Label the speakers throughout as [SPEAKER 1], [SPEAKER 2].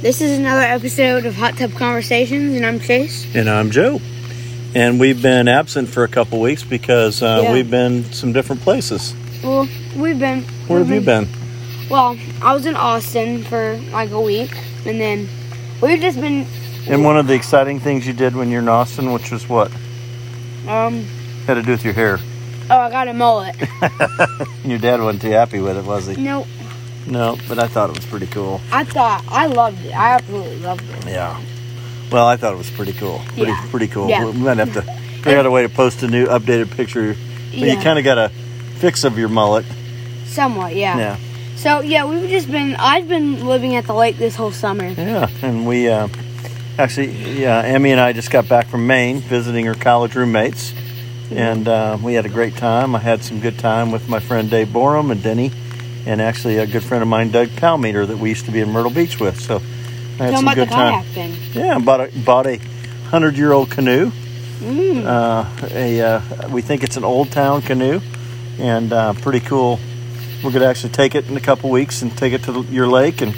[SPEAKER 1] This is another episode of Hot Tub Conversations, and I'm Chase.
[SPEAKER 2] And I'm Joe. And we've been absent for a couple weeks because uh,
[SPEAKER 1] Yeah.
[SPEAKER 2] we've been some different places.
[SPEAKER 1] Well, we've been.
[SPEAKER 2] Where have you
[SPEAKER 1] Mm-hmm.
[SPEAKER 2] been?
[SPEAKER 1] Well, I was in Austin for like a week, and then we've just been.
[SPEAKER 2] And one of the exciting things you did when you're in Austin, which was what?
[SPEAKER 1] Um.
[SPEAKER 2] Had to do with your hair.
[SPEAKER 1] Oh, I got a mullet.
[SPEAKER 2] And your dad wasn't too happy with it, was he?
[SPEAKER 1] no,
[SPEAKER 2] No, but I thought it was pretty cool.
[SPEAKER 1] I thought I loved it. I absolutely loved it.
[SPEAKER 2] Yeah. Well, I thought it was pretty cool. Pretty,
[SPEAKER 1] Yeah.
[SPEAKER 2] pretty cool.
[SPEAKER 1] Yeah.
[SPEAKER 2] We might have to figure out a way to post a new updated picture. But
[SPEAKER 1] Yeah.
[SPEAKER 2] you kind of got a fix of your mullet.
[SPEAKER 1] Somewhat, yeah.
[SPEAKER 2] Yeah.
[SPEAKER 1] So yeah, we've just been. I've been living at the lake this whole summer.
[SPEAKER 2] Yeah, and we uh, actually, yeah, Emmy and I just got back from Maine visiting her college roommates, and uh, we had a great time. I had some good time with my friend Dave Borum and Denny, and actually a good friend of mine, Doug Palmeter, that we used to be in Myrtle Beach with. So I had
[SPEAKER 1] Tell 'em
[SPEAKER 2] some
[SPEAKER 1] about
[SPEAKER 2] good
[SPEAKER 1] the
[SPEAKER 2] time.
[SPEAKER 1] kayak thing.
[SPEAKER 2] Yeah, bought a bought a hundred year old canoe.
[SPEAKER 1] Mm.
[SPEAKER 2] Uh, a uh, we think it's an old town canoe, and uh, pretty cool. We're gonna actually take it in a couple weeks and take it to the- your lake and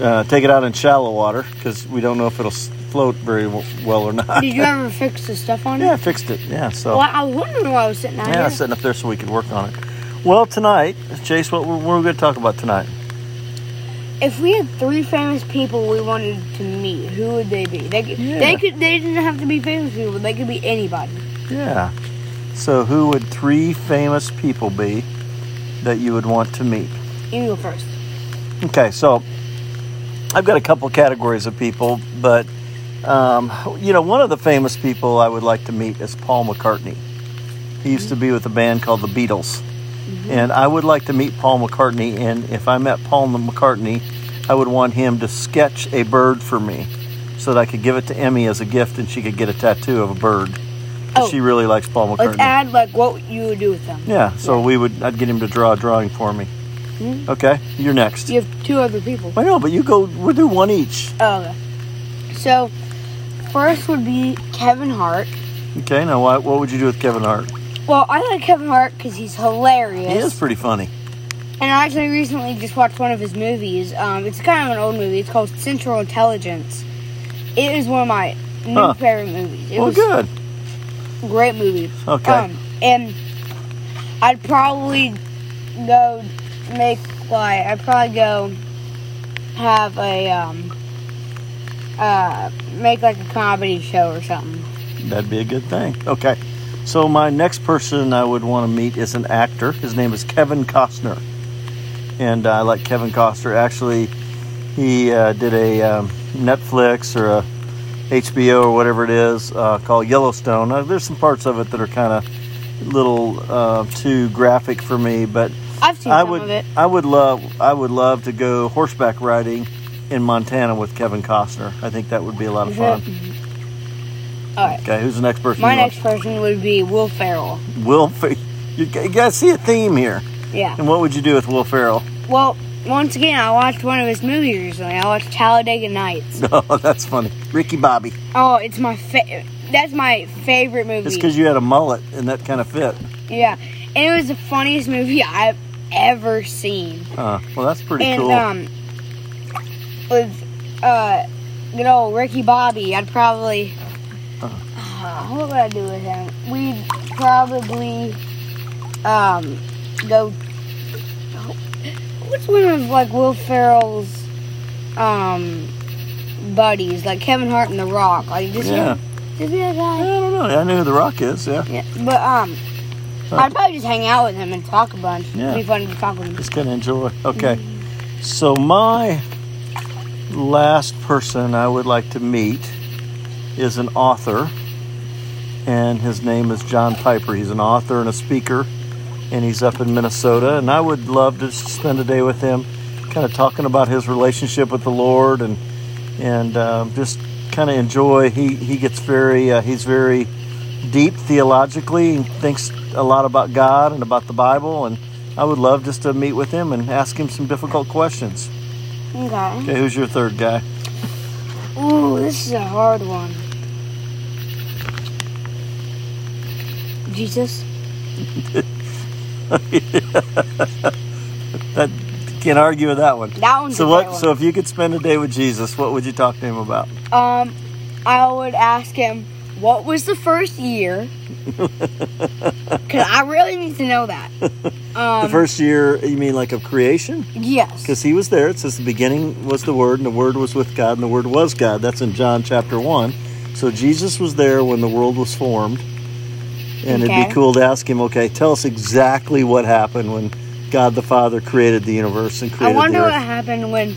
[SPEAKER 2] uh, take it out in shallow water because we don't know if it'll s- float very w- well or not.
[SPEAKER 1] Did you ever fix the stuff on it?
[SPEAKER 2] yeah, I fixed it. Yeah, so
[SPEAKER 1] Well, I was wondering why I was sitting out
[SPEAKER 2] yeah,
[SPEAKER 1] here.
[SPEAKER 2] sitting up there so we could work on it. Well, tonight, Chase, what we're, we're gonna talk about tonight?
[SPEAKER 1] If we had three famous people we wanted to meet, who would they be? They could, they
[SPEAKER 2] Yeah.
[SPEAKER 1] could they didn't have to be famous people. They could be anybody.
[SPEAKER 2] Yeah. So, who would three famous people be that you would want to meet?
[SPEAKER 1] You go first.
[SPEAKER 2] Okay, so I've got a couple categories of people, but um, you know, one of the famous people I would like to meet is Paul McCartney. He used to be with a band called the Beatles,
[SPEAKER 1] Mm-hmm.
[SPEAKER 2] and I would like to meet Paul McCartney. And if I met Paul McCartney, I would want him to sketch a bird for me, so that I could give it to Emmy as a gift, and she could get a tattoo of a bird. 'Cause
[SPEAKER 1] Oh.
[SPEAKER 2] She really likes Paul
[SPEAKER 1] Let's
[SPEAKER 2] McCartney.
[SPEAKER 1] add like what you would do with them.
[SPEAKER 2] yeah, so we would. I'd get him to draw a drawing for me.
[SPEAKER 1] Mhm.
[SPEAKER 2] Okay, you're next.
[SPEAKER 1] You have two other people.
[SPEAKER 2] I know, but you go. We'll do one each.
[SPEAKER 1] Oh, okay. So first would be Kevin Hart.
[SPEAKER 2] Okay. Now, what, what would you do with Kevin Hart?
[SPEAKER 1] Well, I like Kevin Hart because he's hilarious.
[SPEAKER 2] He is pretty funny.
[SPEAKER 1] And I actually recently just watched one of his movies. Um, it's kind of an old movie. It's called Central Intelligence. It is one of my new
[SPEAKER 2] Huh.
[SPEAKER 1] favorite movies. It
[SPEAKER 2] well,
[SPEAKER 1] was
[SPEAKER 2] good.
[SPEAKER 1] a great movie.
[SPEAKER 2] Okay.
[SPEAKER 1] Um, and I'd probably go make like I'd probably go have a um uh make like a comedy show or something.
[SPEAKER 2] That'd be a good thing. Okay. So my next person I would want to meet is an actor. His name is Kevin Costner, and I like Kevin Costner. Actually, he uh, did a um, Netflix or a HBO or whatever it is uh, called Yellowstone. Uh, there's some parts of it that are kind of little uh, too graphic for me, but
[SPEAKER 1] I've seen
[SPEAKER 2] I
[SPEAKER 1] some
[SPEAKER 2] would,
[SPEAKER 1] of it.
[SPEAKER 2] I would love, I would love to go horseback riding in Montana with Kevin Costner. I think that would be a lot of
[SPEAKER 1] Is
[SPEAKER 2] fun.
[SPEAKER 1] All right.
[SPEAKER 2] Okay, who's the next person?
[SPEAKER 1] My
[SPEAKER 2] you want?
[SPEAKER 1] next person would be Will Ferrell.
[SPEAKER 2] Will. Fer- You, g- you gotta see a theme here.
[SPEAKER 1] Yeah.
[SPEAKER 2] And what would you do with Will Ferrell?
[SPEAKER 1] Well, once again, I watched one of his movies recently. I watched Talladega Nights.
[SPEAKER 2] Oh, that's funny. Ricky Bobby.
[SPEAKER 1] Oh, it's my fa- that's my favorite movie.
[SPEAKER 2] It's because you had a mullet and that kind of fit.
[SPEAKER 1] yeah, and it was the funniest movie I've ever seen.
[SPEAKER 2] Uh, well, that's pretty
[SPEAKER 1] and
[SPEAKER 2] cool.
[SPEAKER 1] um, with uh, good old Ricky Bobby, I'd probably. Uh, what would I do with him? We'd probably um go. What's one of like Will Ferrell's um buddies, like Kevin Hart and The Rock? Like just
[SPEAKER 2] Yeah.
[SPEAKER 1] just be a
[SPEAKER 2] I
[SPEAKER 1] guy.
[SPEAKER 2] don't know. I know who The Rock is. Yeah,
[SPEAKER 1] Yeah, but um,
[SPEAKER 2] Huh.
[SPEAKER 1] I'd probably just hang out with him and talk a bunch.
[SPEAKER 2] Yeah.
[SPEAKER 1] It'd be fun to talk with him.
[SPEAKER 2] just gonna enjoy. Okay. So my last person I would like to meet is an author, and his name is John Piper. He's an author and a speaker, and he's up in Minnesota. And I would love to spend a day with him, kind of talking about his relationship with the Lord, and and um, just kind of enjoy. He he gets very uh, he's very deep theologically and thinks a lot about God and about the Bible. And I would love just to meet with him and ask him some difficult questions.
[SPEAKER 1] Okay.
[SPEAKER 2] Okay, who's your third guy?
[SPEAKER 1] Ooh, this is a hard one. Jesus?
[SPEAKER 2] That can't argue with that one.
[SPEAKER 1] That one's
[SPEAKER 2] So
[SPEAKER 1] a
[SPEAKER 2] what?
[SPEAKER 1] great one.
[SPEAKER 2] So if you could spend a day with Jesus, what would you talk to him about?
[SPEAKER 1] Um, I would ask him what was the first year, because I really need to know that. Um,
[SPEAKER 2] the first year, you mean like of creation?
[SPEAKER 1] yes,
[SPEAKER 2] Because he was there. It says the beginning was the Word, and the Word was with God, and the Word was God. That's in John chapter one. So Jesus was there when the world was formed, and it'd
[SPEAKER 1] Okay.
[SPEAKER 2] be cool to ask him. Okay, tell us exactly what happened when God the Father created the universe and
[SPEAKER 1] I
[SPEAKER 2] created
[SPEAKER 1] wonder
[SPEAKER 2] the
[SPEAKER 1] what
[SPEAKER 2] earth.
[SPEAKER 1] happened when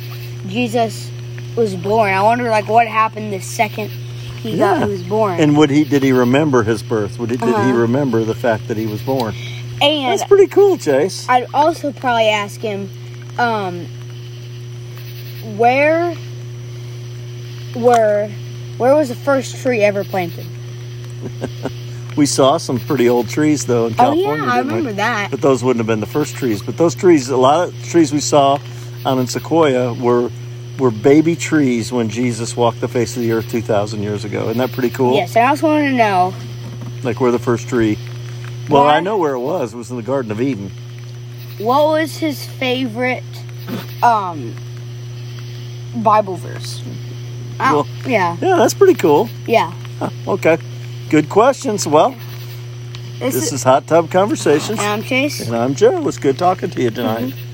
[SPEAKER 1] Jesus was born. I wonder like what happened the second he got
[SPEAKER 2] Yeah.
[SPEAKER 1] he was born.
[SPEAKER 2] And would he did he remember his birth? Would he, did
[SPEAKER 1] Uh-huh.
[SPEAKER 2] he remember the fact that he was born?
[SPEAKER 1] And
[SPEAKER 2] That's pretty cool, Chase.
[SPEAKER 1] I'd also probably ask him, um, where were where was the first tree ever planted?
[SPEAKER 2] We saw some pretty old trees though in California.
[SPEAKER 1] oh yeah, I
[SPEAKER 2] didn't we?
[SPEAKER 1] remember that.
[SPEAKER 2] But those wouldn't have been the first trees. But those trees, a lot of trees we saw on in Sequoia were were baby trees when Jesus walked the face of the earth two thousand years ago. Isn't that pretty cool?
[SPEAKER 1] Yes, and I also want to know.
[SPEAKER 2] Like where the first tree. Well,
[SPEAKER 1] Why-
[SPEAKER 2] I know where it was. It was in the Garden of Eden.
[SPEAKER 1] What was his favorite um Bible verse? Oh, yeah,
[SPEAKER 2] Yeah, that's pretty cool.
[SPEAKER 1] yeah.
[SPEAKER 2] Okay, good questions. Well,
[SPEAKER 1] This,
[SPEAKER 2] this
[SPEAKER 1] is, Uh,
[SPEAKER 2] is hot tub conversations.
[SPEAKER 1] and I'm Chase. Mm-hmm.
[SPEAKER 2] And I'm Joe. It's good talking to you tonight.